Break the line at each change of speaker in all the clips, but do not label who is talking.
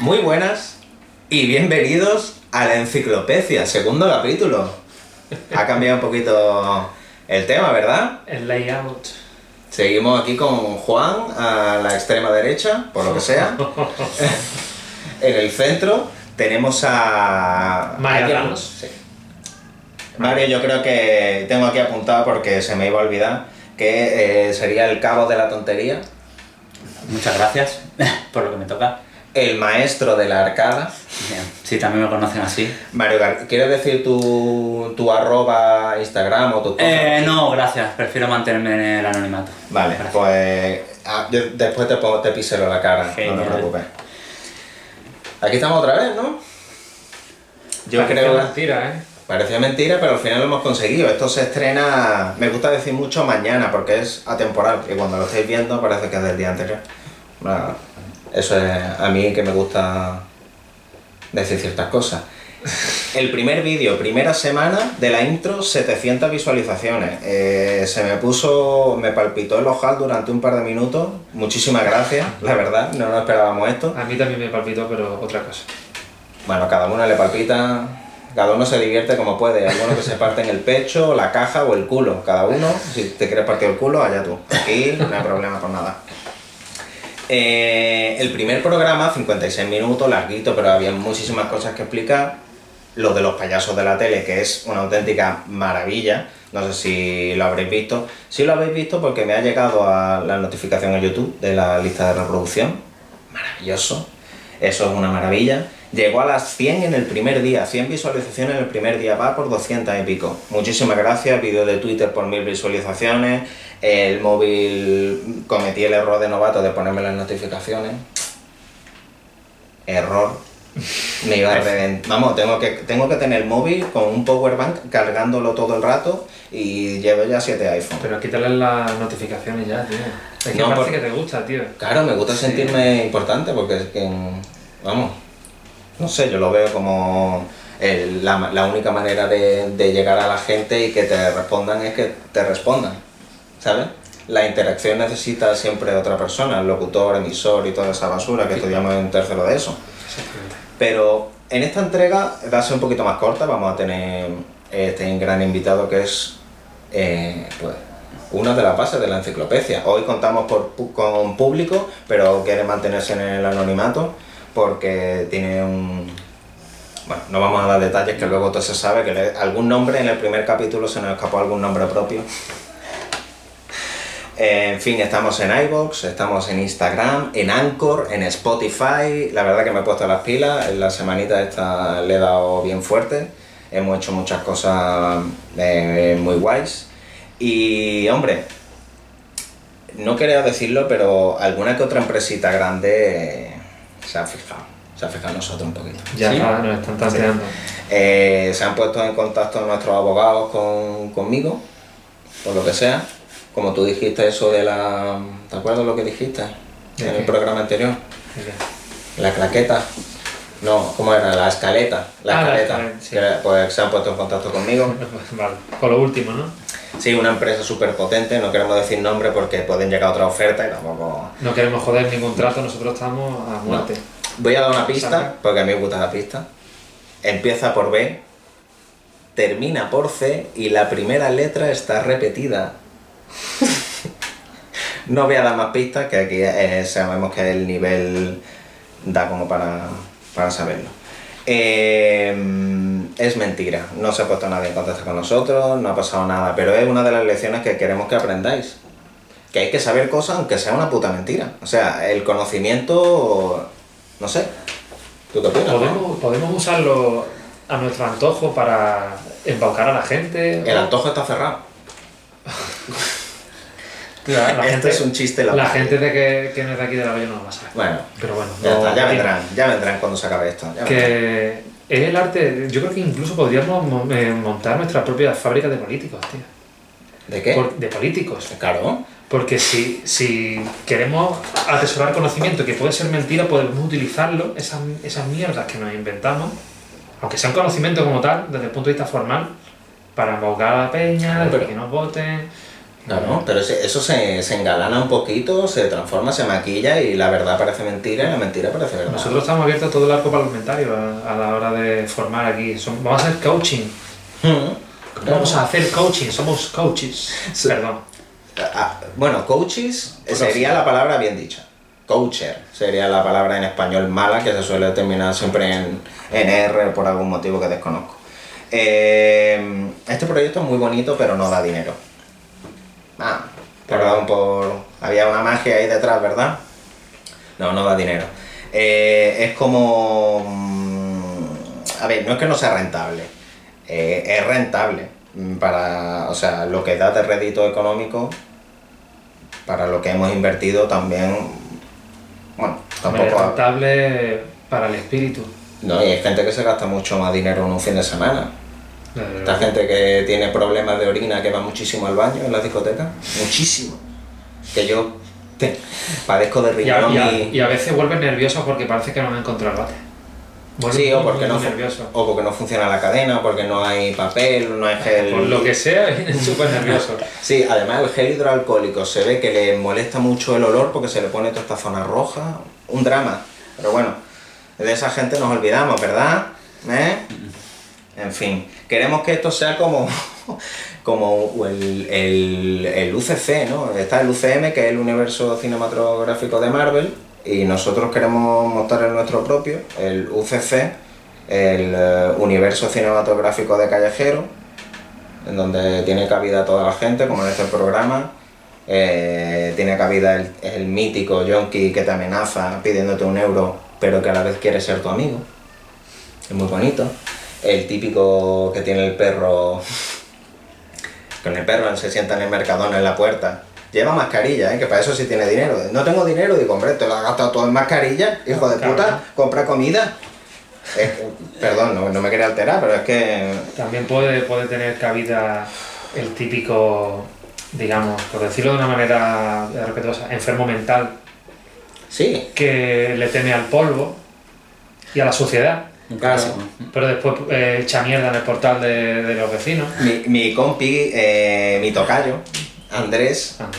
Muy buenas y bienvenidos a la enciclopecia, segundo capítulo. Ha cambiado un poquito el tema, ¿verdad?
El layout.
Seguimos aquí con Juan a la extrema derecha, por lo que sea. en el centro tenemos a...
Mario
¿Alguien?
Ramos.
Sí. Mario, yo creo que tengo aquí apuntado porque se me iba a olvidar que eh, sería el cabo de la tontería,
Muchas gracias por lo que me toca.
el maestro de la arcada.
Sí, también me conocen así.
Mario, Gar- ¿quieres decir tu, tu arroba Instagram o tu cosa?
Eh, no, gracias. Prefiero mantenerme en el anonimato.
Vale,
Gracias.
pues ah, yo después te, pongo, te pisero la cara, no
Genial.
te preocupes. Aquí estamos otra vez, ¿no? Yo
Parecía
creo que
mentira, ¿eh?
parecía mentira, pero al final lo hemos conseguido. Esto se estrena, me gusta decir mucho mañana, porque es atemporal, y cuando lo estáis viendo parece que es del día anterior. Bueno, eso es a mí que me gusta decir ciertas cosas. El primer vídeo, primera semana de la intro, 700 visualizaciones. Eh, se me puso, me palpitó el ojal durante un par de minutos. Muchísimas gracias, la verdad, no nos esperábamos esto.
A mí también me palpitó, pero otra cosa.
Bueno, cada uno le palpita, cada uno se divierte como puede. Algunos que se parten el pecho, la caja o el culo. Cada uno, si te quieres partir el culo, allá tú. Aquí no hay problema con nada. Eh, el primer programa, 56 minutos, larguito, pero había muchísimas cosas que explicar. Lo de los payasos de la tele, que es una auténtica maravilla. No sé si lo habréis visto. Si lo habéis visto porque me ha llegado a la notificación en YouTube de la lista de reproducción. Maravilloso. Eso es una maravilla. Llegó a las 100 en el primer día, 100 visualizaciones en el primer día, va por 200 y pico. Muchísimas gracias, vídeo de Twitter por mil visualizaciones, el móvil cometí el error de novato de ponerme las notificaciones. Error. Me iba a reventar. Vamos, tengo que, tengo que tener el móvil con un power bank cargándolo todo el rato y llevo ya 7 iPhones.
Pero quítale las notificaciones ya, tío. Es que
No,
parece
por-
que te gusta, tío.
Claro, me gusta sentirme importante porque es que, vamos, no sé, yo lo veo como el- la, la única manera de, de llegar a la gente y que te respondan es que te respondan, ¿sabes? La interacción necesita siempre otra persona, el locutor, emisor y toda esa basura que estudiamos en un tercero de eso.
Exactamente.
Pero en esta entrega va a ser un poquito más corta, vamos a tener este gran invitado que es eh, pues, una de las bases de la enciclopedia. Hoy contamos por pu- con público, pero quiere mantenerse en el anonimato porque tiene un... Bueno, no vamos a dar detalles que luego todo se sabe, que le- algún nombre en el primer capítulo se nos escapó algún nombre propio. En fin, estamos en iVoox, estamos en Instagram, en Anchor, en Spotify. La verdad que me he puesto las pilas. En la semanita esta le he dado bien fuerte. Hemos hecho muchas cosas eh, muy guays. Y, hombre, no quería decirlo, pero alguna que otra empresita grande eh, se ha fijado. Se ha fijado en nosotros un poquito.
Ya
¿Sí?
está, Ah, nos están tanteando.
Eh, se han puesto en contacto nuestros abogados con, conmigo, por lo que sea. Como tú dijiste eso de la... ¿Te acuerdas lo que dijiste
¿De
en
qué?
el programa anterior?
Mira.
La claqueta. No, ¿cómo era? La escaleta. La
Ah, la
escaleta.
escaleta, sí.
Que, pues se han puesto en contacto conmigo.
pues, Vale, con lo último, ¿no?
Sí, una empresa súper potente, no queremos decir nombre porque pueden llegar otra oferta y tampoco...
No queremos joder ningún trato, nosotros estamos a muerte.
Voy a dar una
Saca.
pista, porque a mí me gusta la pista. Empieza por B, termina por C y la primera letra está repetida. no voy a dar más pistas, que aquí eh, sabemos que el nivel da como para, para saberlo. Eh, es mentira, no se ha puesto nadie en contacto con nosotros, no ha pasado nada, pero es una de las lecciones que queremos que aprendáis que hay que saber cosas aunque sea una puta mentira. O sea, el conocimiento, no sé. ¿Tú qué opinas? no?
¿Podemos, podemos usarlo a nuestro antojo para embaucar a la gente.
El antojo está cerrado.
Claro, la
este
gente-
es un chiste.
La gente de que, que no es de aquí de la Valle no lo va a saber.
Bueno,
Pero bueno,
ya,
no-
está, ya
tiene-
vendrán, ya vendrán cuando se acabe esto. ya vendrán.
Que es el arte. Yo creo que incluso podríamos mo- eh, montar nuestra propia fábrica de políticos, tío.
¿De qué?
Por- de políticos.
Claro.
Porque si, si queremos atesorar conocimiento que puede ser mentira, podemos utilizarlo, esas, esas mierdas que nos inventamos, aunque sea un conocimiento como tal, desde el punto de vista formal, para embaucar a la peña,
Pero-
para que nos voten,
No, no, pero ese- eso se, se engalana un poquito, se transforma, se maquilla y la verdad parece mentira y la mentira parece verdad.
Nosotros estamos abiertos a todo el arco parlamentario a, a la hora de formar aquí. Son- vamos a hacer coaching.
Mm.
Vamos a hacer coaching. Somos coaches.
Sí.
Perdón.
Ah, Bueno, coaches sería la palabra bien dicha. Coacher sería la palabra en español mala que se suele terminar siempre en, en R por algún motivo que desconozco. Eh, este proyecto es muy bonito, pero no da dinero. Ah, perdón por. Había una magia ahí detrás, ¿verdad? No, no da dinero. Eh, es como. mm, A ver, no es que no sea rentable. Eh, es rentable. mm, Para. O sea, lo que da de rédito económico. Para lo que hemos invertido también. Bueno,
Hombre,
tampoco.
rentable para el espíritu.
No, y hay gente que se gasta mucho más dinero en un fin de semana.
Desde
Esta
luego.
gente que tiene problemas de orina, que va muchísimo al baño en las discotecas. Muchísimo. Que yo te- padezco de
Y a,
riñón
y a-
y-
y a veces vuelven nerviosos porque parece que no han encontrado el bate. Vuelven
Sí, o
muy,
porque,
muy
no fu-
nerviosos.
o porque no funciona la cadena, o porque no hay papel, no hay gel.
Por lo que sea, vienen súper nerviosos.
Sí, además el gel hidroalcohólico se ve que le molesta mucho el olor porque se le pone toda esta zona roja. Un drama. Pero bueno, de esa gente nos olvidamos, ¿verdad? ¿Eh? En fin, queremos que esto sea como, como el, el, el UCC, ¿no? Está el UCM, que es el universo cinematográfico de Marvel, y nosotros queremos montar el nuestro propio, el UCC, el eh, universo cinematográfico de Callejero, en donde tiene cabida toda la gente, como en este programa. Eh, tiene cabida el, el mítico yonki que te amenaza pidiéndote un euro, pero que a la vez quiere ser tu amigo. Es muy bonito. El típico que tiene el perro. Con el perro se sienta en el mercadón en la puerta. Lleva mascarilla, ¿eh? que para eso sí tiene dinero. No tengo dinero, digo, hombre, te lo has gastado todo en mascarilla, hijo de
Cabrón.
puta, compra comida. Es- perdón, no, no me quería alterar, pero es que
También puede, puede tener cabida el típico, digamos, por decirlo de una manera respetuosa, enfermo mental
sí,
que le teme al polvo y a la suciedad,
Un
Claro.
clásico.
pero después eh, echa mierda en el portal de, de los vecinos.
Mi, mi compi, eh, mi tocayo, Andrés,
Ande,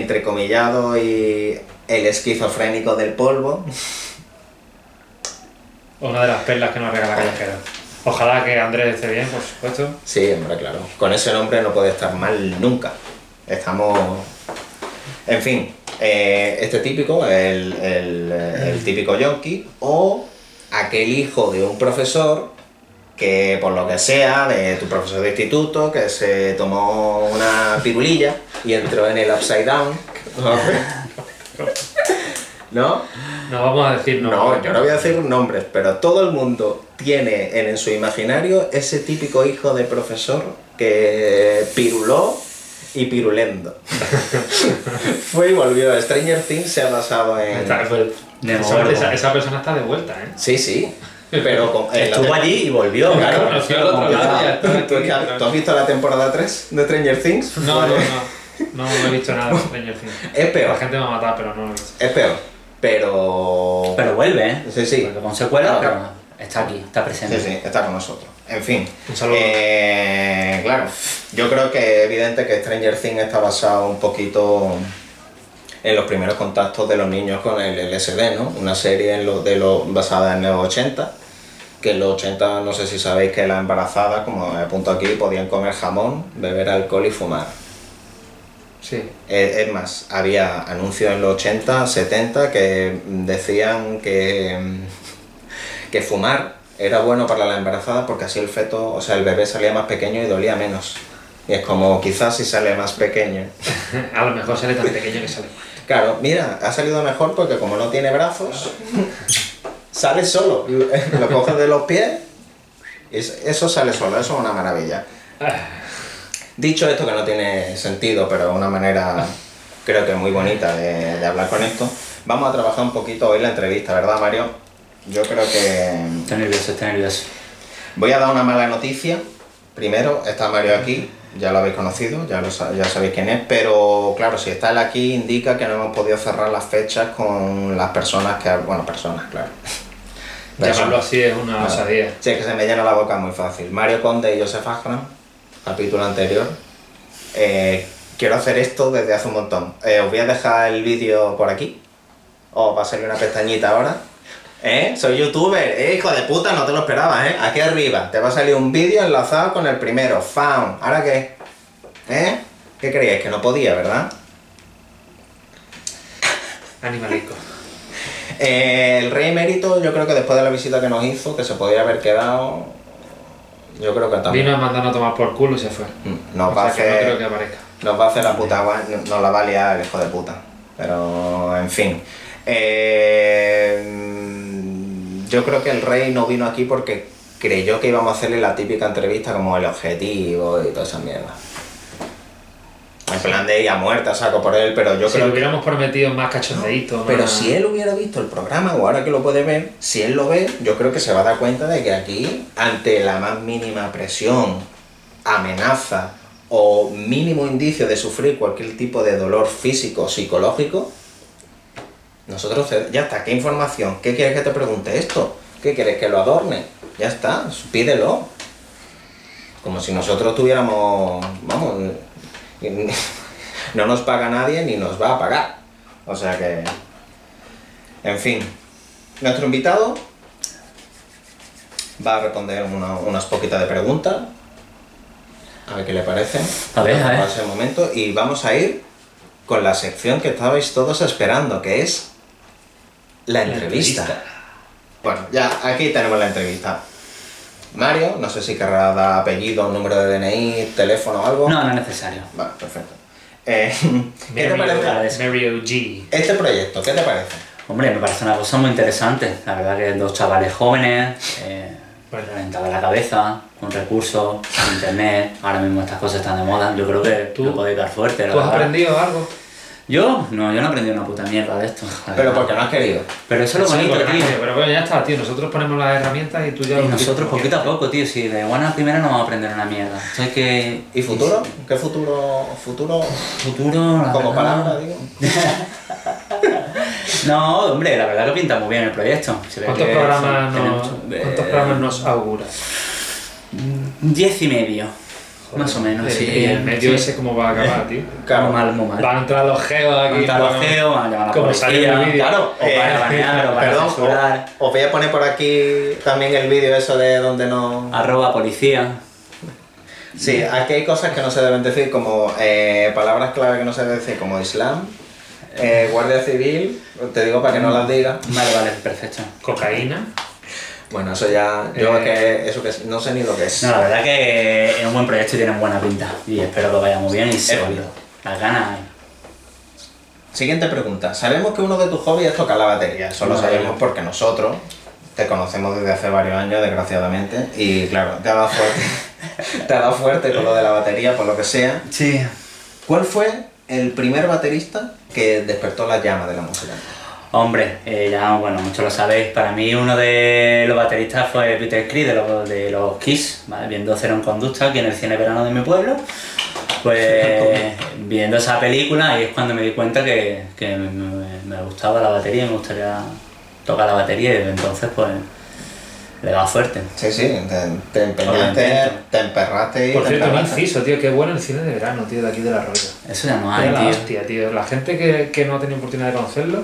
entrecomillado y el esquizofrénico del polvo.
Una de las perlas que nos regala Callejero. Ojalá que Andrés esté bien, por supuesto.
Sí, hombre, claro. Con ese nombre no puede estar mal nunca. Estamos... En fin, eh, este típico, el, el- eh, el típico yonki, o aquel hijo de un profesor que por lo que sea, de tu profesor de instituto, que se tomó una pirulilla y entró en el upside down. ¿No?
No vamos a decir no.
No, yo no voy a decir nombres, pero todo el mundo tiene en, en su imaginario ese típico hijo de profesor que piruló y pirulendo. Fue y volvió. Stranger Things se ha basado en.
Está- pues,
De
esa,
nuevo.
esa- esa persona está de vuelta, ¿eh?
Sí, sí. Pero con, en la
Estuvo
tem-
allí y volvió.
Claro,
Claro.
conoció al otro
Como
lado.
nada.
ya está aquí,
¿Tú, qué has- tú has visto la temporada 3 de Stranger Things?
No, no, no. No, no he visto nada de Stranger Things.
Es peor.
La gente me va a matar, pero no lo he visto.
Es peor. Pero.
Pero vuelve, ¿eh?
Sí, sí.
Porque con secuela,
Claro.
pero está aquí, está presente.
Sí, sí, está con nosotros. En fin.
Un saludo.
Eh, claro, yo creo que es evidente que Stranger Things está basado un poquito en los primeros contactos de los niños con el LSD, ¿no? Una serie en lo- de lo- basada en los 80, que en los 80 no sé si sabéis que las embarazadas, como apunto aquí, podían comer jamón, beber alcohol y fumar.
Sí.
Eh, Es más, había anuncios en los 80, 70 que mm, decían que, mm, que fumar era bueno para la embarazada porque así el feto, o sea, el bebé salía más pequeño y dolía menos. Y es como, quizás si sale más pequeño.
A lo mejor sale tan pequeño que sale.
Claro, mira, ha salido mejor porque como no tiene brazos, sale solo. Lo coges de los pies y es- eso sale solo, eso es una maravilla. Dicho esto que no tiene sentido, pero es una manera creo que muy bonita de, de hablar con esto, vamos a trabajar un poquito hoy la entrevista, ¿verdad Mario? Yo creo que
Estoy nervioso, estoy nervioso.
Voy a dar una mala noticia. Primero, está Mario aquí, ya lo habéis conocido, ya, lo sa- ya sabéis quién es, pero claro, si está él aquí indica que no hemos podido cerrar las fechas con las personas que... Bueno, personas, claro.
Llamarlo así es una
Nada.
osadía.
Sí, es que se me llena la boca muy fácil. Mario Conde y Joseph Agram, capítulo anterior. Eh, quiero hacer esto desde hace un montón. Eh, os voy a dejar el vídeo por aquí. O va a salir una pestañita ahora. ¿Eh? Soy youtuber. Eh, hijo de puta, no te lo esperabas, ¿eh? Aquí arriba te va a salir un vídeo enlazado con el primero. Found. ¿Ahora qué? ¿Eh? ¿Qué creíais? Que no podía, ¿verdad?
Animalico.
Eh, el rey emérito, yo creo que después de la visita que nos hizo, que se podría haber quedado. Yo creo que también.
Vino a mandarnos a tomar por culo y se fue.
Mm, Nos
O
va a
sea que no creo
hacer.
que aparezca.
Nos va a hacer la puta gua- Nos la va a liar el hijo de puta. Pero, en fin. Eh, mm, yo creo que el rey no vino aquí porque creyó que íbamos a hacerle la típica entrevista como el objetivo y toda esa mierda. En plan de ella muerta, saco por él, pero yo
si
creo
le
que.
hubiéramos prometido más cachondeíto, más-
Pero si él hubiera visto el programa o ahora que lo puede ver, si él lo ve, yo creo que se va a dar cuenta de que aquí, ante la más mínima presión, amenaza o mínimo indicio de sufrir cualquier tipo de dolor físico o psicológico, nosotros ce- ya está, ¿qué información? ¿Qué quieres que te pregunte esto? ¿Qué quieres que lo adorne? Ya está, pídelo. Como si nosotros tuviéramos, vamos, no nos paga nadie ni nos va a pagar. O sea que, en fin, nuestro invitado va a responder una- unas poquitas de preguntas. A ver qué le parece.
A ver, a ver.
Va ser el momento y vamos a ir con la sección que estabais todos esperando, que es la
La
entrevista.
entrevista.
Bueno, ya aquí tenemos la entrevista. Mario, no sé si querrá dar apellido, número de DNI, teléfono o algo.
No, no es necesario.
Vale, perfecto. Eh, ¿Qué te
Mary
parece?
O- Mary O.G.
Este proyecto, ¿qué te parece?
Hombre, me parece una cosa muy interesante. La verdad que dos chavales jóvenes, eh,
Bueno.
reventados de la cabeza, con recursos, internet, ahora mismo estas cosas están de moda. Yo creo que
Tú-
lo podéis dar fuerte. la
¿Tú has
verdad.
aprendido algo?
Yo, no, yo no he aprendido una puta mierda de esto. la
Pero
verdad.
porque no has querido.
Pero eso es lo
Sí,
bonito,
porque-
tío.
Pero bueno, ya está, tío. Nosotros ponemos las herramientas y tú ya...
Y
lo
nosotros
utilizas.
poquito a poco, tío, si de buena a primera no vamos a aprender una mierda. Esto es que...
¿Y futuro? ¿Qué futuro? ¿Futuro?
Futuro... la
Como
verdad-
palabra, digo.
No, hombre, la verdad que pinta muy bien el proyecto. Se ve
¿Cuántos
que
programas,
son-
nos,
tenemos, eh,
¿Cuántos programas nos augura?
Diez y medio. más o menos,
El-
sí.
Y el medio
sí.
ese cómo va a acabar, tío.
Muy mal, muy mal.
Van a entrar los geos aquí.
Van a entrar
bueno,
los geos, van a llamar a la
Como sale en
policía.
el vídeo.
Claro,
O para banear, o para
Eh, perdón,
censurar.
o- Os voy a poner por aquí también el vídeo eso de donde no...
Arroba policía.
Sí, aquí hay cosas que no se deben decir, como eh, palabras clave que no se deben decir, como Islam, eh, Guardia Civil, te digo para que no las digas.
Vale, vale, perfecto.
Cocaína.
Bueno, eso ya, yo
Eh,
que eso que es- no sé ni lo que es.
No, la verdad que es un buen proyecto y tienen buena pinta. Y espero que vaya muy bien y se
Espero.
Las ganas hay.
Siguiente pregunta. Sabemos que uno de tus hobbies es tocar la batería. Eso lo
Vale.
sabemos porque nosotros te conocemos desde hace varios años, desgraciadamente. Y claro, te ha dado fuerte, te ha dado fuerte con lo de la batería, por lo que sea.
Sí.
¿Cuál fue el primer baterista que despertó la llama de la música?
Hombre, eh, ya, bueno, muchos lo sabéis, para mí uno de los bateristas fue Peter Criss de los, de los Kiss, ¿vale? viendo Cero en Conducta aquí en el cine verano de mi pueblo, pues viendo esa película ahí es cuando me di cuenta que, que me, me- me gustaba la batería, me gustaría tocar la batería y desde entonces pues le va fuerte.
Sí, sí, te, te empeñaste,
Obviamente.
te emperraste y
Por
te
cierto, un
emperraste.
inciso, tío. Qué bueno el cine de verano, tío, de aquí de la Roya.
Eso ya no hay,
Era la
tío.
hostia, tío. La gente que, que no ha tenido oportunidad de conocerlo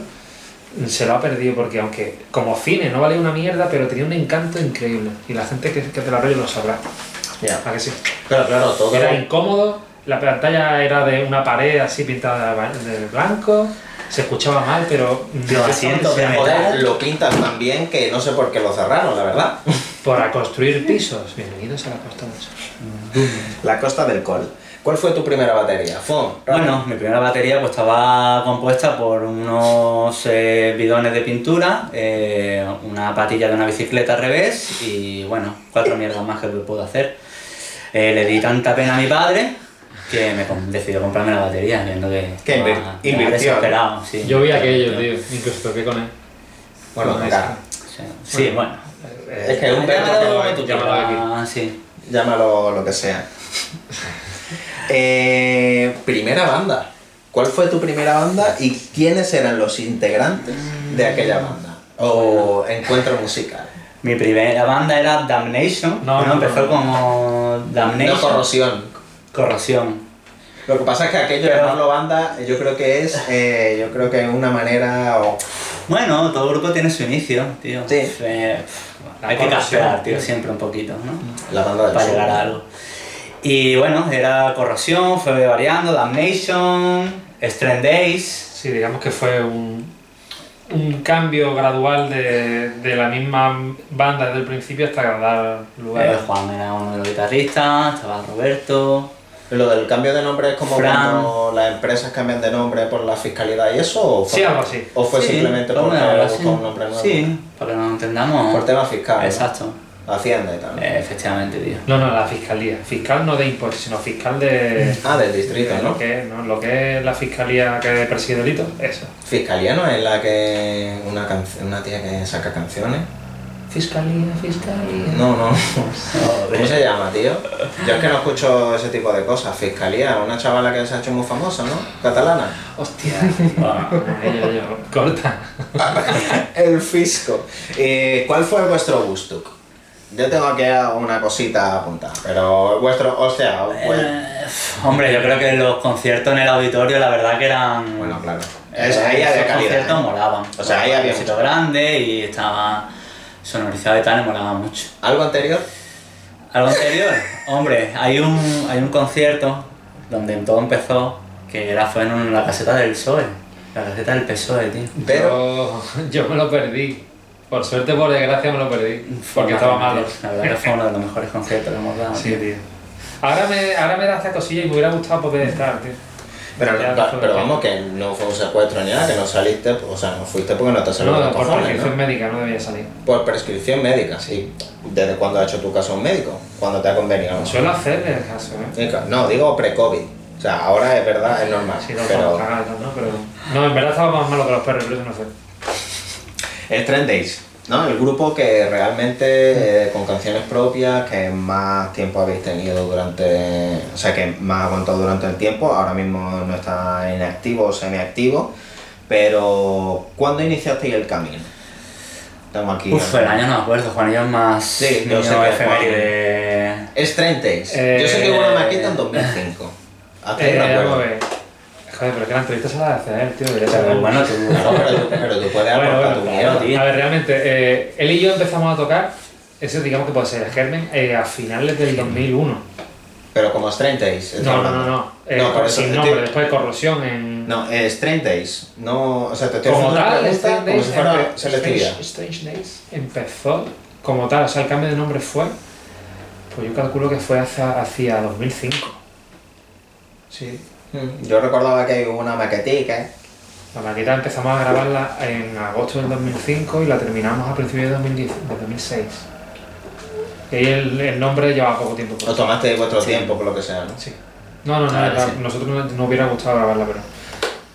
se lo ha perdido porque aunque como cine no valía una mierda, pero tenía un encanto increíble. Y la gente que, que te la rollo lo sabrá.
Ya.
¿A que sí?
Pero claro, todo
Era incómodo, la pantalla era de una pared así pintada de ba- de blanco, se escuchaba mal, pero...
Tío, asientos de
por,
moda.
Joder, lo pintan tan bien que no sé por qué lo cerraron, la verdad.
por a construir pisos. Bienvenidos a la costa del Sol.
La costa del col. ¿Cuál fue tu primera batería? ¿Fon?
Bueno, mi primera batería pues estaba compuesta por unos eh, bidones de pintura, eh, una patilla de una bicicleta al revés y bueno, cuatro mierdas más que puedo hacer. Eh, le di tanta pena a mi padre que me com- decidió comprarme la batería, viendo que
Que
estaba-
invir-
estaba
invirtió,
desesperado. Sí,
Yo vi aquello,
aquello,
tío, incluso toqué con él.
Bueno, venga,
Sí, sí, bueno.
Es que es un perro que no ve tu
Llámalo aquí.
Ah, sí.
llámalo lo que sea. Eh, primera banda. ¿Cuál fue tu primera banda y quiénes eran los integrantes de aquella banda? O encuentro musical.
Mi primera banda era Damnation,
No,
no,
no,
empezó
no.
como
No
Damnation,
corrosión.
Corrosión.
Lo que pasa es que aquello de
Pero-
llamarlo banda, yo creo que es, eh, yo creo que es una manera o
Bueno, todo grupo tiene su inicio, tío.
Sí.
Eh,
La
hay que
corrosión,
caspear, tío,
tío.
siempre un poquito, ¿no?
la banda del
Para
sur.
llegar a algo. Y bueno, era Corrosión, fue variando, Damnation, Strand Days.
Sí, digamos que fue un, un cambio gradual de, de la misma banda desde el principio hasta dar lugar.
Eh, Juan era uno de los guitarristas, estaba Roberto.
Lo del cambio de nombre es como
Fran.
cuando las empresas cambian de nombre por la fiscalidad y eso, o fue,
Sí, algo así.
o fue
Sí,
simplemente
vamos
porque
a hablar
buscó
así.
un nombre nuevo.
Sí, para que nos entendamos.
Por tema fiscal. ¿no?
Exacto.
Hacienda y tal.
Eh, efectivamente, tío.
No, no, la fiscalía. Fiscal no de impuestos, sino fiscal de.
Ah, del distrito,
de
¿no?
Lo que, es, ¿no? lo que es la fiscalía que persigue delitos, eso.
Fiscalía no es la que. Una, can- una tía que saca canciones.
Fiscalía, fiscalía.
Mm.
No, no. ¿Cómo se llama, tío? Yo es que no escucho ese tipo de cosas. Fiscalía, una chavala que se ha hecho muy famosa, ¿no? Catalana.
Hostia.
Bueno,
Yo, yo, corta.
El fisco. Eh, ¿Cuál fue vuestro gusto? Yo tengo aquí una cosita apuntada, pero vuestro, o sea, bueno,
eh, hombre, yo creo que los conciertos en el auditorio, la verdad que eran.
bueno claro.
Eh,
Es, ahí había
esos
calidad.
conciertos
¿eh?
molaban.
O sea, ahí
Era
había
un sitio
mucho.
grande y estaba sonorizado y tal, y molaba mucho.
¿Algo anterior?
¿Algo anterior? Hombre, hay un, hay un concierto donde todo empezó, que era, fue en un- la caseta del PSOE. E. La caseta del PSOE, E, tío.
Pero.
Yo, yo me lo perdí. Por suerte, por desgracia, me lo perdí. Porque estaba malo.
La verdad que fue uno de los mejores conciertos que hemos dado.
Sí,
tío.
tío. Ahora me, ahora me da esta cosilla y me hubiera gustado poder estar, tío.
Pero,
Ya
no-
fue-
pero vamos, que no fue un secuestro ni nada, que no saliste, o sea, no fuiste porque no te salieron
No,
los
por
cojones,
prescripción
¿no?
médica no debía salir.
Por prescripción médica, sí. ¿Desde cuándo ha hecho tu caso un médico? ¿Cuándo te ha convenido?
Suelo hacer el caso, ¿eh?
Mica, No, digo pre-COVID. O sea, ahora es verdad, es normal.
Sí, no,
pero
pero... ¿no? Pero... No, en verdad estaba más malo que los perros, pero eso no fue.
el Trend Days, ¿no? El grupo que realmente eh, con canciones propias, que más tiempo habéis tenido durante. O sea, que más ha aguantado durante el tiempo. Ahora mismo no está inactivo o semiactivo. Pero, ¿cuándo iniciasteis el camino? Estamos aquí.
Uf, el año no me acuerdo, Juanillo es más.
Sí, yo
niño
sé que
efeméride.
Es Trend Days.
Eh,
Yo sé que hubo una maqueta en 2005. Hacéis
Eh,
un acuerdo.
vamos a ver. Joder, pero que la entrevista se la hace a él, tío. debería
Pero
saberlo.
bueno, tú.
No, pero, tú, pero tú puedes
Bueno,
aportar
bueno,
tu
claro,
mierda.
tío.
A ver, realmente, eh, él y yo empezamos a tocar, eso digamos que puede ser el germen, eh, a finales del 2001.
Pero como es 30 Days.
No, no, no, no. Eh,
no, por eso.
sin
te-
nombre, después corrosión en.
No, es 30 Days. No, o sea, te estoy
como
haciendo una
tal,
pregunta
Strange
como si
Days,
fuera
empe-
selectividad.
Strange- Strange Days empezó como tal, o sea, el cambio de nombre fue. Pues yo calculo que fue hacia, hacia 2005. Sí.
Mm, Yo recordaba que hubo una maquetica. ¿eh?
La maqueta empezamos a grabarla en agosto del 2005 y la terminamos a principios de 2010 de 2006. Y el, el nombre llevaba poco tiempo.
Os tomaste vuestro tiempo, por lo que sea, ¿no?
Sí. No, no, no,
Ah,
la-
sí.
nosotros no, no hubiera gustado grabarla, pero.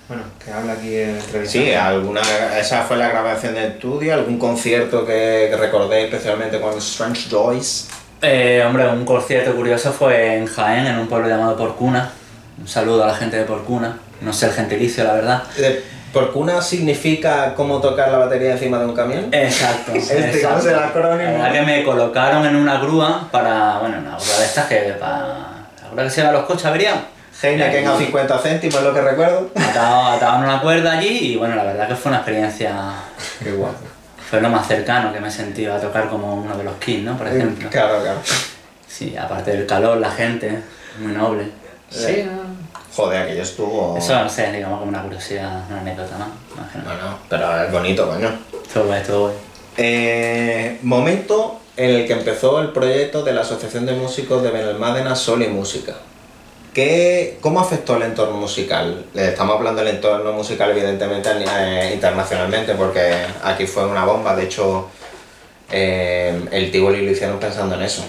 Bueno, que habla aquí el entrevistado.
ah,
Sí, alguna, esa fue la grabación de estudio, algún concierto que, que recordé especialmente con Strange Days.
Eh, hombre, un concierto curioso fue en Jaén, en un pueblo llamado Porcuna. Un saludo a la gente de Porcuna. No sé el gentilicio, la verdad.
Eh, ¿Porcuna significa cómo tocar la batería encima de un camión?
Eh, Exacto.
Este, ¿cómo es el acrónimo?
La verdad que me colocaron en una grúa para. Bueno, una grúa de estas que. Para, la grúa que se lleva los coches averiados.
Heineken
eh,
a 50 céntimos, es lo que recuerdo.
Atado, atado en una cuerda allí y bueno, la verdad que fue una experiencia.
Qué guapo.
Fue lo más cercano que me he sentido a tocar como uno de los Kings, ¿no? Por ejemplo.
Claro, claro.
Sí, aparte del calor, la gente, muy noble.
Sí,
eh,
ah. no.
Joder, aquello estuvo...
Eso, no sé, digamos como una curiosidad, una anécdota, ¿no? Más que nada.
Bueno, pero es bonito, coño.
Todo guay, todo guay.
Eh, momento en el que empezó el proyecto de la Asociación de Músicos de Benalmádena Sol y Música. ¿Qué, ¿Cómo afectó el entorno musical? Le Estamos hablando del entorno musical, evidentemente, eh, internacionalmente, porque aquí fue una bomba. De hecho, eh, el Tivoli lo hicieron pensando en eso.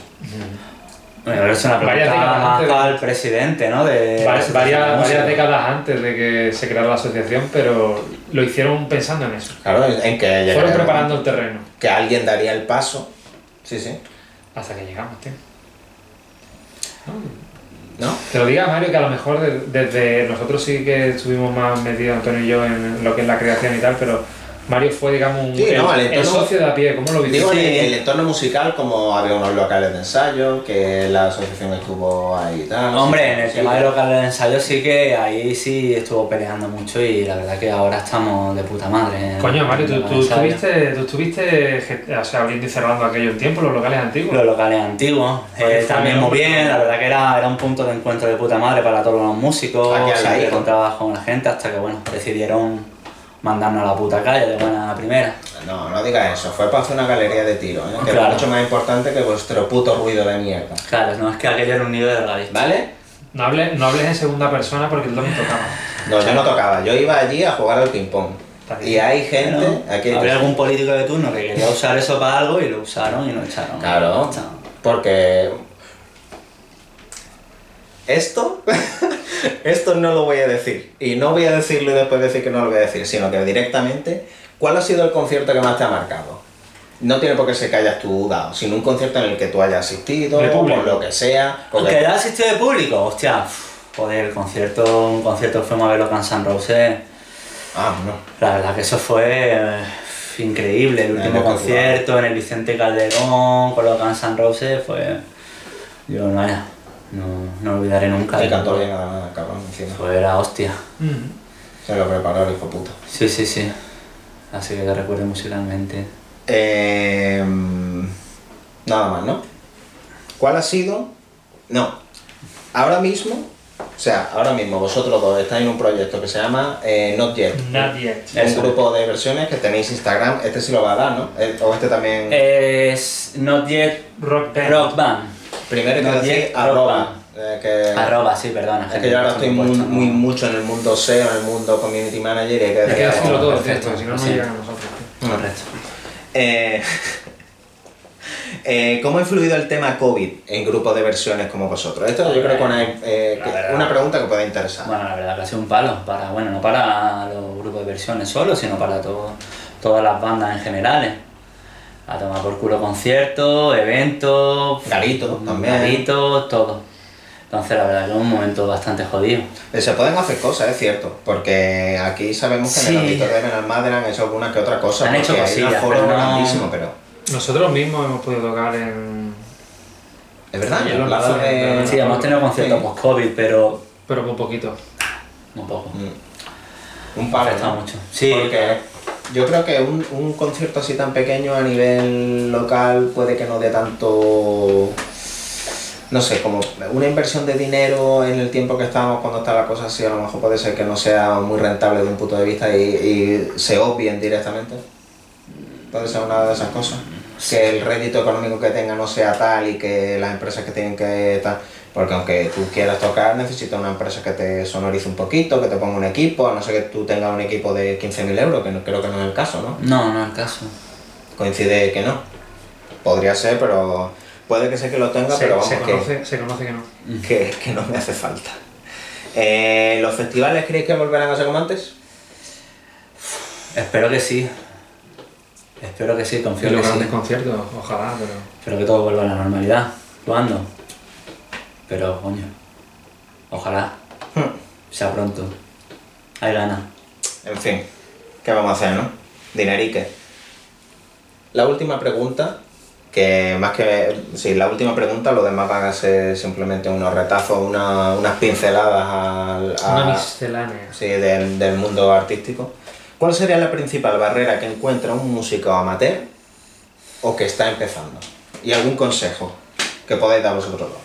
Bueno, pero es una
Varias
pregunta
décadas
más
antes de-
al presidente, ¿no? De
Va-
de
varias,
la música.
varias décadas antes de que se creara la asociación, pero lo hicieron pensando en eso.
Claro, en en que
Fueron
llegaría-
preparando el terreno
Que alguien daría el paso. Sí, sí.
hasta que llegamos, tío. No,
¿No?
Te lo diga Mario, que a lo mejor de- desde nosotros sí que estuvimos más metidos, Antonio y yo, en lo que es la creación y tal, pero Mario fue, digamos, un,
Sí,
el,
no, el
el
entorno-
socio de a pie, ¿cómo lo viste?
Digo,
Sí.
en el entorno musical, como había unos locales de ensayo, que la asociación estuvo ahí y tal.
Hombre,
sí,
en el
sí,
tema
sí.
de locales de ensayo sí que ahí sí estuvo peleando mucho y la verdad que ahora estamos de puta madre. en-
Coño, Mario,
en
tú,
los
tú
ensayos.
estuviste, tú estuviste ge- o sea, abriendo y cerrando aquello en tiempo, los locales antiguos.
Los locales antiguos,
Vale,
eh,
fue
también
bien.
muy bien, la verdad que era, era un punto de encuentro de puta madre para todos los músicos,
Aquí al
siempre
lado.
encontrabas con la gente hasta que bueno, decidieron mandarnos a la puta calle de buena primera.
No, no digas eso, fue para hacer una galería de tiro, ¿eh? que era
Claro.
mucho más importante que vuestro puto ruido de mierda.
Claro, no es que aquello era un nido de radio.
¿Vale?
No hables, no hables en segunda persona porque tú también tocabas.
No, yo no tocaba, yo iba allí a jugar al ping-pong.
Está bien.
Y hay gente. aquí hay-
había algún político de turno que quería usar eso para algo y lo usaron y lo echaron.
Claro, porque esto, esto no lo voy a decir. Y no voy a decirlo y después decir que no lo voy a decir, sino que directamente, ¿cuál ha sido el concierto que más te ha marcado? No tiene por qué ser que hayas tú dado, sino un concierto en el que tú hayas asistido,
De
o
público.
lo que sea. o
Aunque
que-
ya asistió de público, hostia, pf, joder, el concierto, un concierto fuimos a verlo Guns N' Roses,
Ah, no.
la verdad que eso fue eh, increíble, el
Nadie
último
lo calculaba.
concierto en el Vicente Calderón con los Guns N' Roses fue, yo no, eh, no, no olvidaré nunca.
El cantor bien ah, cabrón encima.
Fue la hostia,
Mm.
Se lo preparó el hijo puta.
sí, sí, sí, así que te recuerdo musicalmente.
Eh, nada más, ¿no? ¿Cuál ha sido? No. Ahora mismo, o sea, ahora mismo vosotros dos estáis en un proyecto que se llama eh, Not Yet.
Not yet.
Es un grupo de versiones que tenéis Instagram. Este sí lo va a dar, ¿no? Eh, O este también.
Es Not Yet
Rock band.
Rock Band.
Primero hay que
Not
decir
Yet,
arroba. eh, que,
Arroba, sí, perdona.
Es
gente,
que yo ahora
por
estoy muy,
supuesto, ¿no?
muy mucho en el mundo SEO, en el mundo community manager y hay que
Hay que
decir
decirlo
arroba.
todo, tío,
perfecto,
porque si no, no
sí.
llegan a nosotros. tío.
Correcto.
Eh, eh, ¿Cómo ha influido el tema COVID en grupos de versiones como vosotros? Esto yo creo que una, eh,
La
que-
verdad.
una pregunta que puede interesar.
Bueno, la verdad que ha sido un palo para, bueno, no para los grupos de versiones solo, sino para todo- todas las bandas en general. eh. A tomar por culo conciertos, eventos, mm,
Garitos también.
garitos, todo. Entonces la verdad que es un momento bastante jodido.
Eh, Se pueden hacer cosas, es cierto, porque aquí sabemos que en el
Sí.
ámbito de Benalmádena han hecho alguna que otra cosa,
Han hecho
porque hay un
cosillas,
aforo
pero no-
grandísimo, pero...
Nosotros mismos hemos podido tocar en.
Es verdad,
Sí,
en la
lo
plaza
verdad,
de...
verdad.
Sí, hemos tenido conciertos
Sí.
post-COVID, pero
pero muy poquito.
un poco.
Mm. Un par,
afecta
¿no?
mucho. Sí,
Porque yo creo que un, un concierto así tan pequeño a nivel local puede que no dé tanto. No sé, como una inversión de dinero en el tiempo que estábamos cuando está la cosa así, a lo mejor puede ser que no sea muy rentable desde un punto de vista y, y se obvien directamente. Puede ser una de esas cosas. Que el rédito económico que tenga no sea tal y que las empresas que tienen que tal. Porque aunque tú quieras tocar, necesitas una empresa que te sonorice un poquito, que te ponga un equipo, a no ser que tú tengas un equipo de 15.000 euros, que no, creo que no es el caso, ¿no?
No, no es el caso.
Coincide que no. Podría ser, pero puede que sea que lo tenga,
se,
pero vamos,
se
que,
conoce, se conoce que no.
que, que no me hace falta. Eh, ¿Los festivales creéis que volverán a ser como antes?
Espero que sí. Espero que sí, confío
Y los
que sí.
grandes conciertos, ojalá, pero.
Espero que todo vuelva a la normalidad. ¿Cuándo? Pero, coño. Ojalá
Hmm.
sea pronto. Hay ganas.
En fin, ¿qué vamos a hacer, no? Dinerique. La última pregunta, que más que. Sí, la última pregunta, lo demás van a ser simplemente unos retazos, una- unas pinceladas al. a-
Una miscelánea.
sí, del, del mundo artístico. ¿Cuál sería la principal barrera que encuentra un músico amateur o que está empezando? ¿Y algún consejo que podáis dar vosotros dos?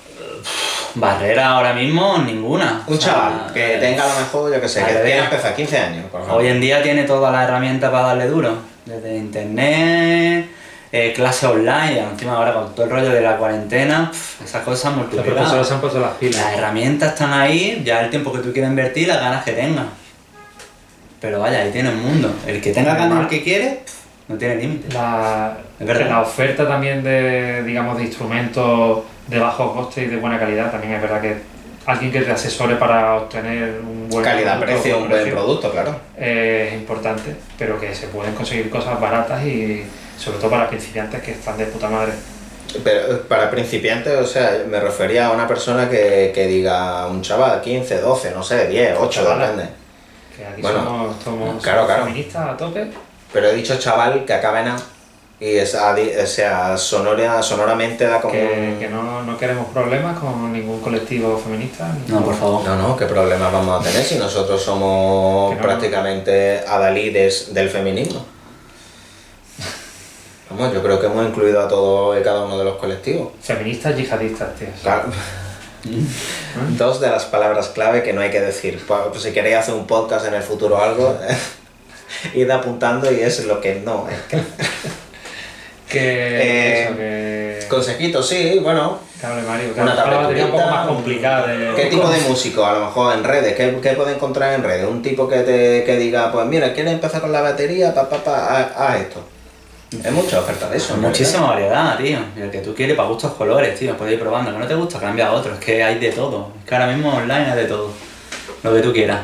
Barrera ahora mismo, ninguna.
Un
O sea,
chaval que tenga a lo mejor, yo que sé,
a
que
ver.
tiene empezar 15 años, por ejemplo.
Hoy en día tiene toda la herramienta para darle duro. Desde internet, eh, clase online, y encima ahora con todo el rollo de la cuarentena, pf, esas cosas
Los
multiplicadas.
profesores se han puesto las
Las
pilas.
herramientas están ahí, ya el tiempo que tú quieras invertir, las ganas que tengas. Pero vaya, ahí tiene el mundo. El que tenga ganas, el que quiere, no tiene límite.
La,
Es verdad.
la oferta también de, digamos, de instrumentos de bajo coste y de buena calidad también es verdad que alguien que te asesore para obtener un buen
Calidad-precio, un buen
precio,
producto, claro.
eh, es importante, pero que se pueden conseguir cosas baratas y sobre todo para principiantes que están de puta madre.
Pero eh, para principiantes, o sea, me refería a una persona que, que diga un chaval 15, 12, no sé, 10, 8,
Chavala.
depende.
Que aquí
Bueno,
somos, somos
claro, claro.
feministas a tope
Pero he dicho chaval que acaba en A y es adi- o sea, sonora, sonoramente da como
Que,
un-
que no, no queremos problemas con ningún colectivo feminista. ni-
No, por favor.
No, no, ¿qué problemas vamos a tener si nosotros somos
Que no.
prácticamente adalides del feminismo? Vamos, yo creo que hemos incluido a todos y cada uno de los colectivos.
Feministas yihadistas, tío.
Claro. Dos de las palabras clave que no hay que decir. Pa- pues si queréis hacer un podcast en el futuro o algo, id apuntando y es lo que no. hay que-
Que.
Eh,
eso, que-
Consejitos, sí, bueno.
que hable Mario. Que
Una
ahora la batería un poco
tabletita,
más complicada. de-
¿Qué tipo de músico? A lo mejor en redes, ¿qué, qué puede encontrar en redes? Un tipo que te que diga, pues mira, ¿quieres empezar con la batería? Pa, pa, pa, a, esto. Es mucha oferta de eso. en
Muchísima variedad, tío. Y El que tú quieres para gustos colores, tío. Puedes ir probando. Que no te gusta, cambia a otro. Es que hay de todo. Es que ahora mismo online hay de todo. Lo que tú quieras.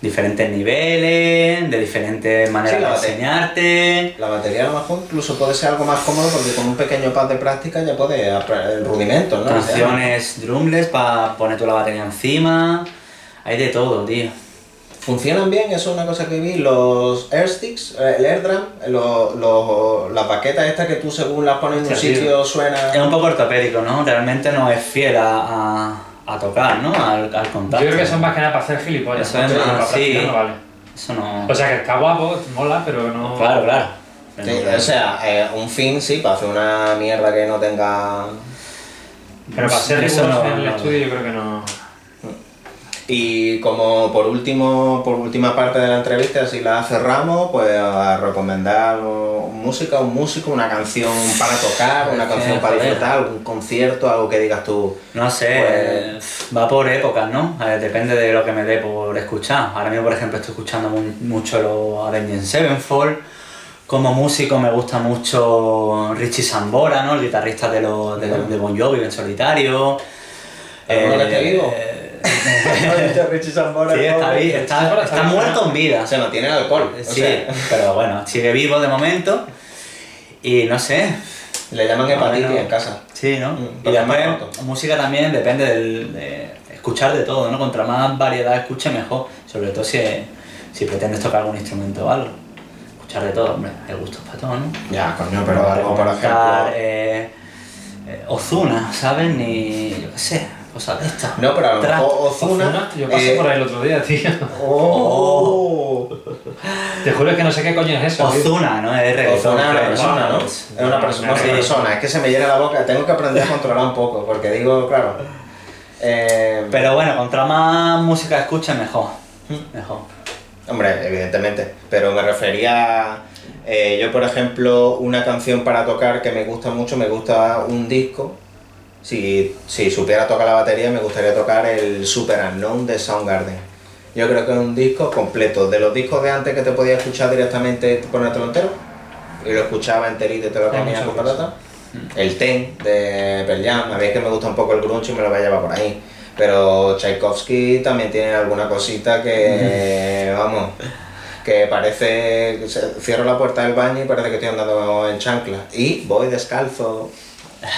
Diferentes niveles, de diferentes maneras
Sí, la
de
bate-
enseñarte.
realidad. La batería a lo mejor incluso puede ser algo más cómodo porque con un pequeño pad de práctica ya puedes aprender el rudimento, ¿no?
Canciones drumless para poner tú la batería encima. Hay de todo, tío.
Funcionan bien, eso es una cosa que vi. Los airsticks, eh, el airdrum, los, los, las baquetas estas que tú según las pones en un
Sí, sí.
sitio suena...
Es un poco ortopédico, ¿no? Realmente no es fiel a, a- a tocar, ¿no? Al, al
Yo
contacto.
creo que son más que nada para hacer gilipollas.
Eso es
¿no?
más,
Para
sí.
practicar no vale.
Eso no.
O sea que está guapo, mola, pero no.
claro, claro.
Sí, o sea, eh, un fin sí, para hacer una mierda que no tenga
Pero para ser
Eso
riguroso
no-
en el
no.
estudio, yo creo que no.
Y como por último, por última parte de la entrevista, si la cerramos, pues a recomendar o- música, un músico, una canción para tocar, una
Sí,
canción para
Eh, joder.
disfrutar, algún concierto, algo que digas tú.
No sé,
Pues-
eh, va por épocas, ¿no? Eh, depende de lo que me dé por escuchar. Ahora mismo, por ejemplo, estoy escuchando mu- mucho los Avenged Sevenfold. Como músico me gusta mucho Richie Sambora, ¿no? El guitarrista de, los, de, los- de Bon Jovi en solitario. Eh,
¿Alguno que esté vivo? Richie Sambora.
sí, está, vi- está-
Sambora está
está
vivo,
muerto en vida.
Se mantiene el alcohol. o
Sí,
sea,
pero bueno, sigue vivo de momento. Y no sé.
le
Ah,
llaman hepatitis
Bueno.
en casa.
Sí, ¿no?
Mm,
y
pero
después,
más corto.
música también depende del, de escuchar de todo, ¿no? Contra más variedad escuche, mejor. Sobre todo si, si pretendes tocar algún instrumento o algo. Escuchar de todo, hombre, hay gustos para todo, ¿no?
Ya, coño, pero algo,
Ah,
por
Escuchar,
ejemplo.
eh, eh, Ozuna, ¿sabes? Ni, yo qué sé, cosas de estas.
No, pero a lo
Trap.
mejor Ozuna.
Ozuna, yo pasé
eh,
por ahí el otro día, tío.
¡Oh!
Te juro que no sé qué coño es eso. tío.
Ozuna, ¿no? Es reggaetón.
Ozuna es una
creo.
persona, ¿no?
Pues,
Es una persona,
Sí.
una persona. Es que se me llena la boca. Tengo que aprender a controlar un poco, porque digo, claro. eh,
Pero bueno, contra más música escuche, mejor. Mejor.
Hombre, evidentemente. Pero me refería. a, eh, yo, por ejemplo, una canción para tocar que me gusta mucho, me gusta un disco. Si, si supiera tocar la batería, me gustaría tocar el Super Unknown de Soundgarden. Yo creo que es un disco completo. De los discos de antes que te podías escuchar directamente, ponértelo entero. Y lo escuchaba enterito y te lo
Hay
comías
muchas
con
cosas.
patata. El Ten de Pearl Jam, a mí es que me gusta un poco el grunge y me lo voy a llevar por ahí. Pero Tchaikovsky también tiene alguna cosita que, vamos, que parece... se- Cierro la puerta del baño y parece que estoy andando en chancla. Y voy descalzo.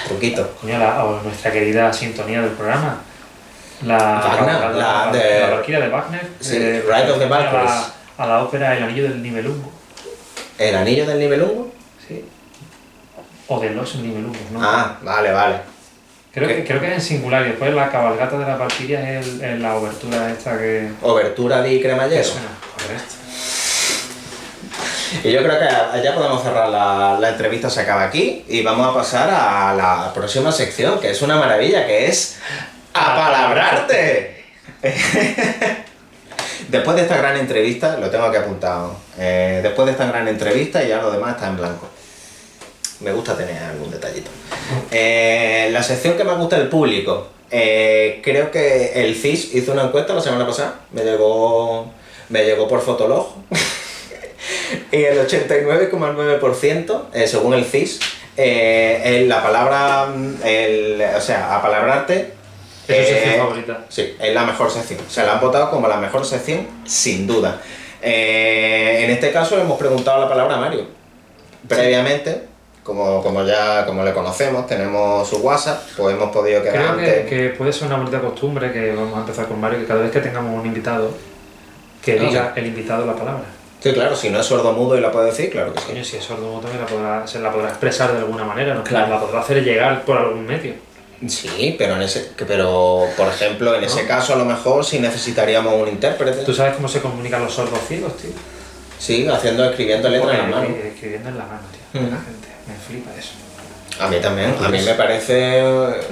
Truquito.
Coño, la, o nuestra querida sintonía del programa. La,
Wagner, la
la, la-
de-
la Valquiria de Wagner.
Sí,
eh,
Ride of the
a la-
Valkyries.
A la ópera El Anillo del Nibelungo.
¿El anillo del nivel 1?
Sí. O de los Nibelungos, ¿no?
Ah, vale, vale.
creo,
¿qué?
que, creo que es en singular. Y después la cabalgata de las Valquirias es el- es la obertura esta que.
Obertura de cremallero.
Bueno, correcto.
Y yo creo que allá podemos cerrar la, la entrevista, se acaba aquí y vamos a pasar a la próxima sección, que es una maravilla, que es apalabrarte. después de esta gran entrevista, lo tengo aquí apuntado, eh, después de esta gran entrevista ya lo demás está en blanco. Me gusta tener algún detallito. Eh, la sección que más gusta el público. Eh, creo que el CIS hizo una encuesta la semana pasada. Me llegó, me llegó por Fotolog. y el 89,9%, eh, según el CIS, eh, el- la palabra, mm, el, o sea, apalabrarte.
Es su
eh,
sección favorita.
Sí, es la mejor sección. Se la han votado como la mejor sección, sin duda. Eh, en este caso hemos preguntado la palabra a Mario. Previamente, como, como ya como le conocemos, tenemos su WhatsApp, pues hemos podido quedar
Creo
antes.
que, que puede ser una bonita costumbre que vamos a empezar con Mario, que cada vez que tengamos un invitado, que
Ah,
diga el invitado la palabra.
Sí, claro, si no es sordo mudo y la puede decir, claro que sí.
Coño, si es sordo mudo también la podrá, se la podrá expresar de alguna manera, ¿no?
Claro.
La podrá hacer llegar por algún medio.
Sí, pero en ese, que- pero por ejemplo, en ese caso a lo mejor sí necesitaríamos un intérprete.
Ah. ¿Tú sabes cómo se comunican los sordos ciegos, tío?
Sí, haciendo, escribiendo letras en la mano. Mm.
Escri- Escribiendo en la mano, tío. de La
Ujú.
gente. Me flipa eso.
A mí también, a mí
Pues-
me parece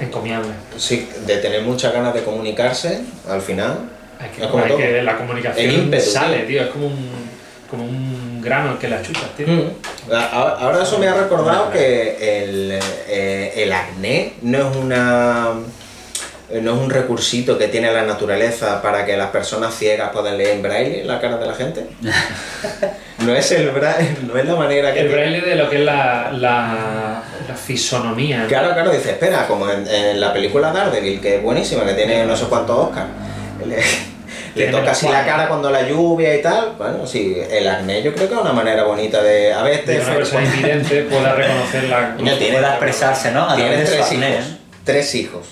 Encomiable.
sí, de tener muchas ganas de comunicarse al final.
Hay que,
Es como
hay
todo.
que- la comunicación
El ímpetu,
sale,
tío.
tío. Es como un, como un grano que la chuchas, tío.
Mm. A- a- Ahora eso me ha recordado que el, eh, el acné no es una no es un recursito que tiene la naturaleza para que las personas ciegas puedan leer en braille la cara de la gente. No es el braille, no es la manera que
El
tiene-
braille de lo que es la, la, la fisonomía. ¿no?
Claro, claro, dice, espera, como en, en la película Daredevil, que es buenísima, que tiene no sé cuántos Oscars. Le, le
Tiene
toca así la
menos
cara cuando la lluvia y tal. Bueno, sí, el acné yo creo que es una manera bonita de. A ver,
De
este.
que una persona invidente pueda reconocer la.
Coño, tiene-
Pueda expresarse, ¿no? A
Tiene
través de
Ah, tres
su acné, ¿eh?
hijos. Tres hijos.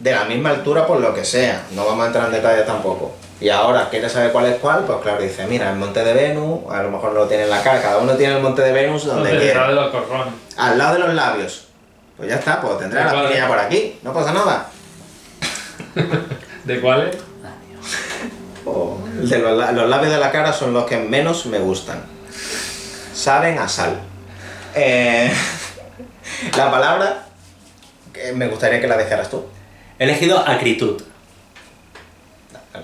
De la misma altura, por lo que sea. No vamos a entrar en detalles tampoco. Y ahora, ¿quieres saber cuál es cuál? Pues claro, dice, mira, el monte de Venus, a lo mejor no lo tiene en la cara, cada uno tiene el monte de Venus donde
Entonces,
quiera.
detrás de los corrones.
Al lado de los labios. Pues ya está, pues tendrá
De
la
cuadro.
pequeña por aquí, no pasa nada.
¿De cuáles?
O el Pues, de los, la- los labios de la cara son los que menos me gustan. Saben a sal. Eh, la palabra que me gustaría que la dejaras tú.
He elegido acritud.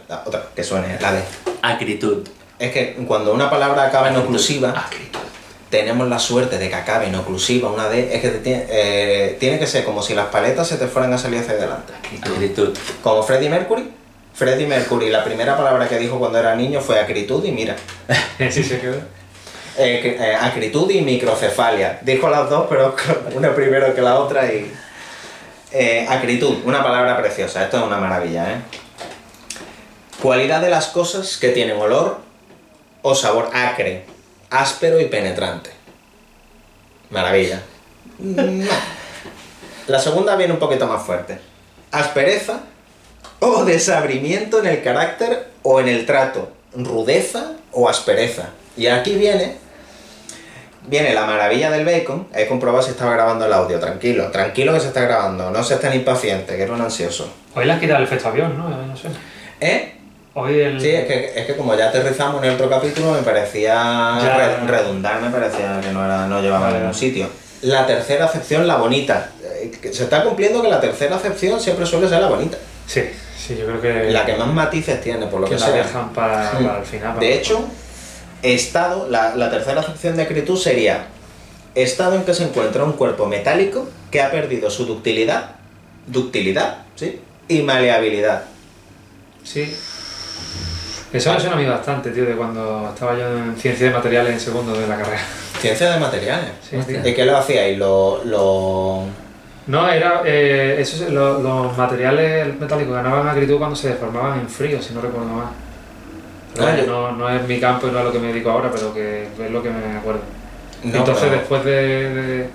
La otra que suene, la de.
Acritud.
Es que cuando una palabra acaba
Ah.
en oclusiva, tenemos la suerte de que acabe en oclusiva, una D, es que te tiene, eh, tiene que ser como si las paletas se te fueran a salir hacia adelante.
Acritud.
Como Freddie Mercury. Freddie Mercury, la primera palabra que dijo cuando era niño fue acritud y mira.
Sí, se quedó.
Eh, que- eh, acritud y microcefalia. Dijo las dos, pero con una primero que la otra y... Eh, acritud, una palabra preciosa. Esto es una maravilla, ¿eh? Cualidad de las cosas que tienen olor o sabor acre, áspero y penetrante. Maravilla. No. La segunda viene un poquito más fuerte. Aspereza o desabrimiento en el carácter o en el trato, rudeza o aspereza. Y aquí viene viene la maravilla del bacon. He comprobado si estaba grabando el audio. Tranquilo, tranquilo que se está grabando. No seas tan impaciente, que eres un ansioso.
Hoy le has quitado el efecto avión, ¿no? Eh, No sé.
¿Eh?
Hoy el.
Sí, es que, es que como ya aterrizamos en el otro capítulo, me parecía
Ya.
re- redundar, me parecía que no, era, no llevaba
Vale,
a ningún
vale.
sitio. La tercera acepción, la bonita. Eh, que Se está cumpliendo que la tercera acepción siempre suele ser la bonita.
sí, sí, yo creo que.
La que más matices tiene, por lo que,
que la
sea.
dejan para,
Mm.
para el final. para-
De hecho, estado, la, la tercera acepción de acritud sería estado en que se encuentra un cuerpo metálico que ha perdido su ductilidad, ductilidad, ¿sí? Y maleabilidad.
Sí. Eso me suena a mí bastante, tío, de cuando estaba yo en ciencia de materiales en segundo de la carrera.
Ciencia de materiales.
Sí, tío.
¿Y qué lo hacíais? Lo, lo...
No, era. eh, eso se- lo- los materiales metálicos ganaban acritud cuando se deformaban en frío, si no recuerdo mal. Pero
Ah,
vaya,
yo-
no, no es mi campo y no es a lo que me dedico ahora, pero que es lo que me acuerdo.
No,
Entonces,
pero-
después de, de,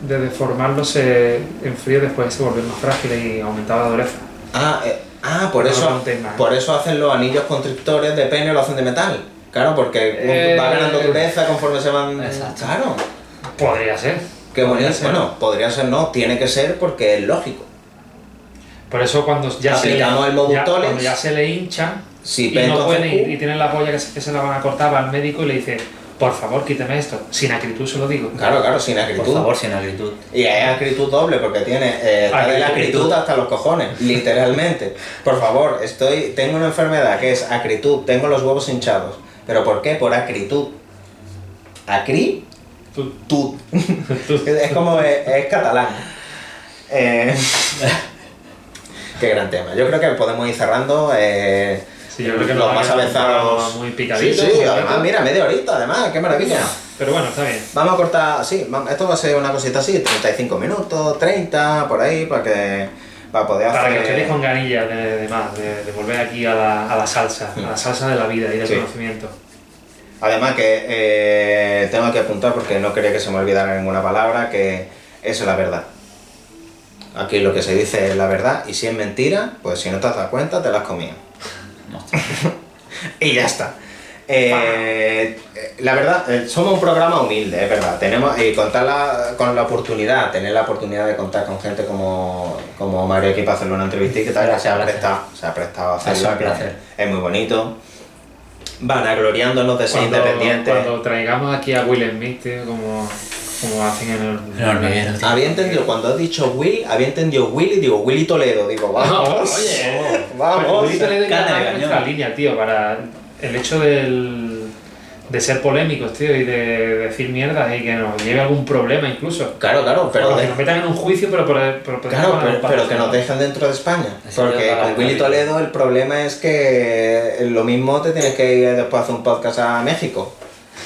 de deformarlo se, en frío, después se volvió más frágil y aumentaba la dureza.
Ah, eh, ah, por
No ¿eh? lo
eso,
contéis más.
por eso hacen los anillos constrictores de pene, lo hacen de metal. Claro, porque
Eh,
va ganando dureza conforme se van...
Exacto.
Claro.
Podría ser.
Qué
Podría
bonito.
ser.
Bueno, podría ser no, tiene que ser porque es lógico.
Por eso cuando ya
Aplicamos
se
el
le,
módulo
ya,
Tolex.
cuando ya se le hincha
Sí,
y
pero
no
entonces- uh.
puede y, y tiene la polla que se, que se la van a cortar, va al médico y le dice, por favor, quíteme esto. Sin acritud se lo digo.
Claro, claro, sin
Por
acritud.
favor, sin acritud.
Y es acritud doble porque tiene eh, está de la
Acritud.
acritud hasta los cojones, literalmente. Por favor, estoy, tengo una enfermedad que es acritud, tengo los huevos hinchados. ¿Pero por qué? Por acritud. Acri,
Tú-
tut. es como es, es catalán. Eh, qué gran tema. Yo creo que podemos ir cerrando. eh,
Sí, yo creo que
los
nos ha
más
quedado
avezados.
muy picadito,
Sí, sí,
muy
además,
rico.
mira, media horita, además, qué maravilla.
Pero bueno, está bien.
Vamos a cortar, sí, va- esto va a ser una cosita así, 35 minutos, 30, por ahí, para que para poder
Para que os
hacer...
quedéis con ganillas de, de más, de, de volver aquí a la, a la salsa, a la salsa de la vida y del
Sí.
conocimiento.
Además que eh, tengo que apuntar porque no quería que se me olvidara ninguna palabra, que eso es la verdad. Aquí lo que se dice es la verdad y si es mentira, pues si no te has dado cuenta, te la has comido. y ya está. Eh, la verdad, eh, somos un programa humilde, es verdad. Tenemos y contar la- con la oportunidad, tener la oportunidad de contar con gente como, como Mario aquí para hacerle una entrevista y que tal, que se ha
Gracias.
prestado, se ha prestado a
Ha sido
hacerlo.
un
que
placer.
Es muy bonito. Vanagloriándonos de ser
Cuando,
independientes.
cuando traigamos aquí a Will Smith, tío, como, como hacen en el.
El hormiguero, tío.
Había entendido, cuando has dicho Will, había entendido Will y digo Willy Toledo. Digo, vamos.
oye.
vamos.
Willy Toledo
cara de
encaja en
cañón.
nuestra línea, tío, para el hecho del, de ser polémicos, tío, y de decir mierdas y que nos lleve a algún problema incluso.
Claro, claro, pero,
Pero
de-
que nos metan en un juicio, pero por. por, por-
claro,
por-
pero,
por-
pero que nos dejan dentro de España.
Así yo
Porque
para
con Willy
Madrid.
Toledo el problema es que lo mismo te tienes que ir después a hacer un podcast a México.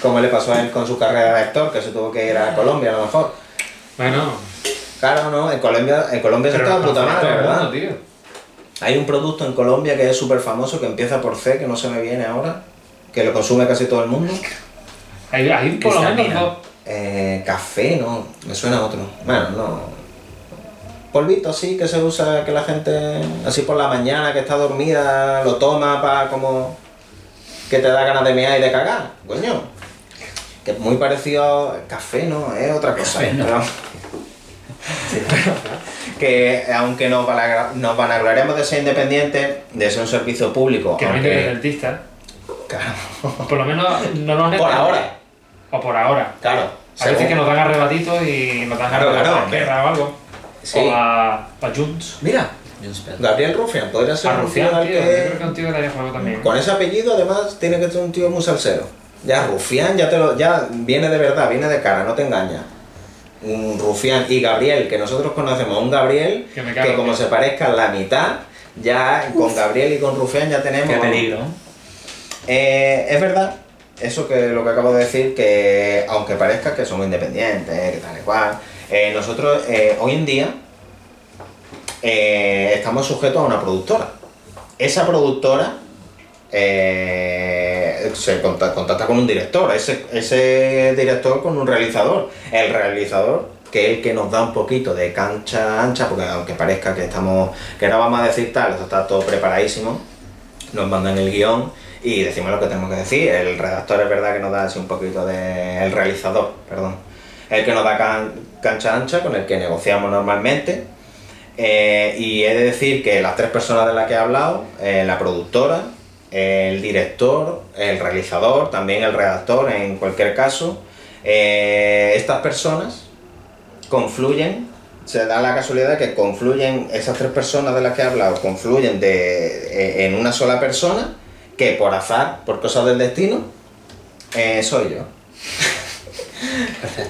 Como le pasó a él con su carrera de actor, que se tuvo que ir
Ah.
a Colombia a lo mejor.
Bueno,
Claro, no, en Colombia, en Colombia se
pero
está de
nos
puta
afecta
madre,
a todo el
¿verdad?
mundo, tío.
Hay un producto en Colombia que es súper famoso, que empieza por C, que no se me viene ahora, que lo consume casi todo el mundo.
Hay, hay por lo menos
Cristalina.
dos.
Eh, café, no, me suena a otro. Bueno, no. Polvito sí que se usa, que la gente así por la mañana que está dormida lo toma para como que te da ganas de mear y de cagar, coño. Que es muy parecido a café, ¿no? Es otra cosa.
Café, no.
pero- que aunque nos, valga- nos vanagloriamos de ser independientes, de ser un servicio público,
Que no hay que ir al
aunque...
dentista.
Claro.
Por lo menos no nos
Por ahora,
O por ahora.
claro.
A veces
según-
que nos dan arrebatitos y nos dan
Claro,
arrebatitos
claro,
a guerra o algo.
Sí.
O a, a Junts.
Mira, Gabriel Rufián, podría ser
A
un tío
Rufián,
al
tío. Yo creo que
que-
un tío que daría juego también.
Con ese apellido, además, tiene que ser un tío muy salsero. Ya, Rufián ya te lo, ya viene de verdad, viene de cara, no te engañas. Un Rufián y Gabriel, que nosotros conocemos, un Gabriel
Que me cago
que
en
como
Dios.
se parezcan la mitad, ya con Gabriel y con Rufián ya tenemos.
Qué
vamos.
peligro.
Eh, es verdad, eso que lo que acabo de decir, que aunque parezca que somos independientes, que tal y cual, eh, nosotros eh, hoy en día eh, estamos sujetos a una productora. Esa productora eh, se conta- contacta con un director, ese, ese director con un realizador. El realizador que es el que nos da un poquito de cancha ancha, porque aunque parezca que estamos, que ahora vamos a decir tal, esto está todo preparadísimo, nos mandan el guión y decimos lo que tenemos que decir. El redactor es verdad que nos da así un poquito de... el realizador, perdón. El que nos da can- cancha ancha, con el que negociamos normalmente. Eh, y he de decir que las tres personas de las que he hablado, eh, la productora, el director, el realizador, también el redactor, en cualquier caso, eh, estas personas confluyen, se da la casualidad que confluyen, esas tres personas de las que he hablado, confluyen de, eh, en una sola persona, que por azar, por cosas del destino, eh, soy yo.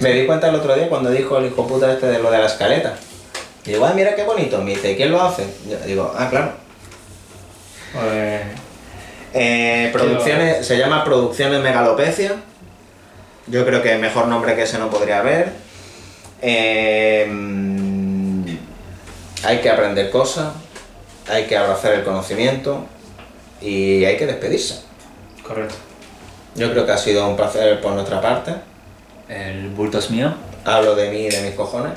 Me di cuenta el otro día cuando dijo el hijo puta este de lo de la escaleta. Digo, ah, mira qué bonito. Me dice, ¿quién lo hace? Yo digo, ah, claro.
Pues,
Eh, producciones, se llama Producciones Megalopecia. Yo creo que mejor nombre que ese no podría haber. Eh, mm, hay que aprender cosas, hay que abrazar el conocimiento y hay que despedirse.
correcto.
Yo creo que ha sido un placer por nuestra parte.
El bulto es mío.
Hablo de mí y de mis cojones.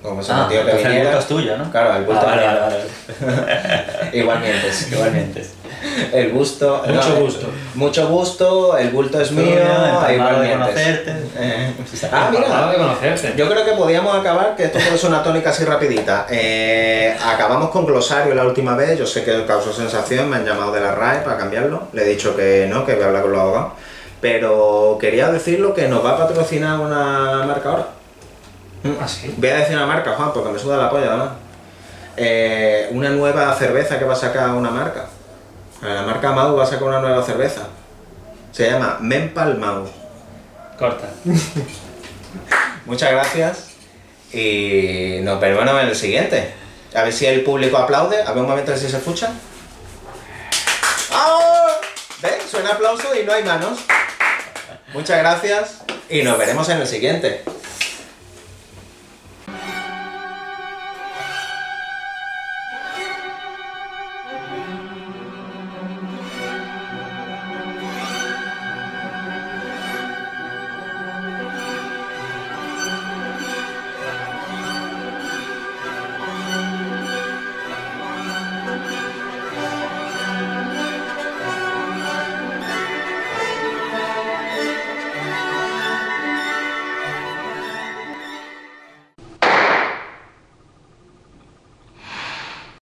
Como se
Ah,
me dio Pues que
entonces el
viniera.
bulto es tuyo, ¿no?
Claro, el bulto
Ah, vale,
es mío.
vale, vale.
Igualmente. sí.
Igualmente.
El gusto.
Mucho gusto.
Mucho gusto, el bulto es
Mío,
mío.
empapado de
igualmente.
conocerte.
Eh,
Ah,
Ah,
Encantado
mira.
de conocerte.
Yo creo que podíamos acabar, que esto es una tónica así rapidita. Eh, acabamos con glosario la última vez, yo sé que causó sensación, me han llamado de la RAE para cambiarlo, le he dicho que no, que voy a hablar con los abogados, pero quería decirlo que nos va a patrocinar una marca ahora.
¿Ah, sí?
Voy a decir una marca, Juan, porque me suda la polla, además. Eh, una nueva cerveza que va a sacar una marca. La marca Mau va a sacar una nueva cerveza. Se llama Menpal Mau.
Corta.
Muchas gracias y nos veremos en el siguiente. A ver si el público aplaude. A ver un momento si se escucha. ¡Ah! ¿Ves? Suena aplauso y no hay manos. Muchas gracias y nos veremos en el siguiente.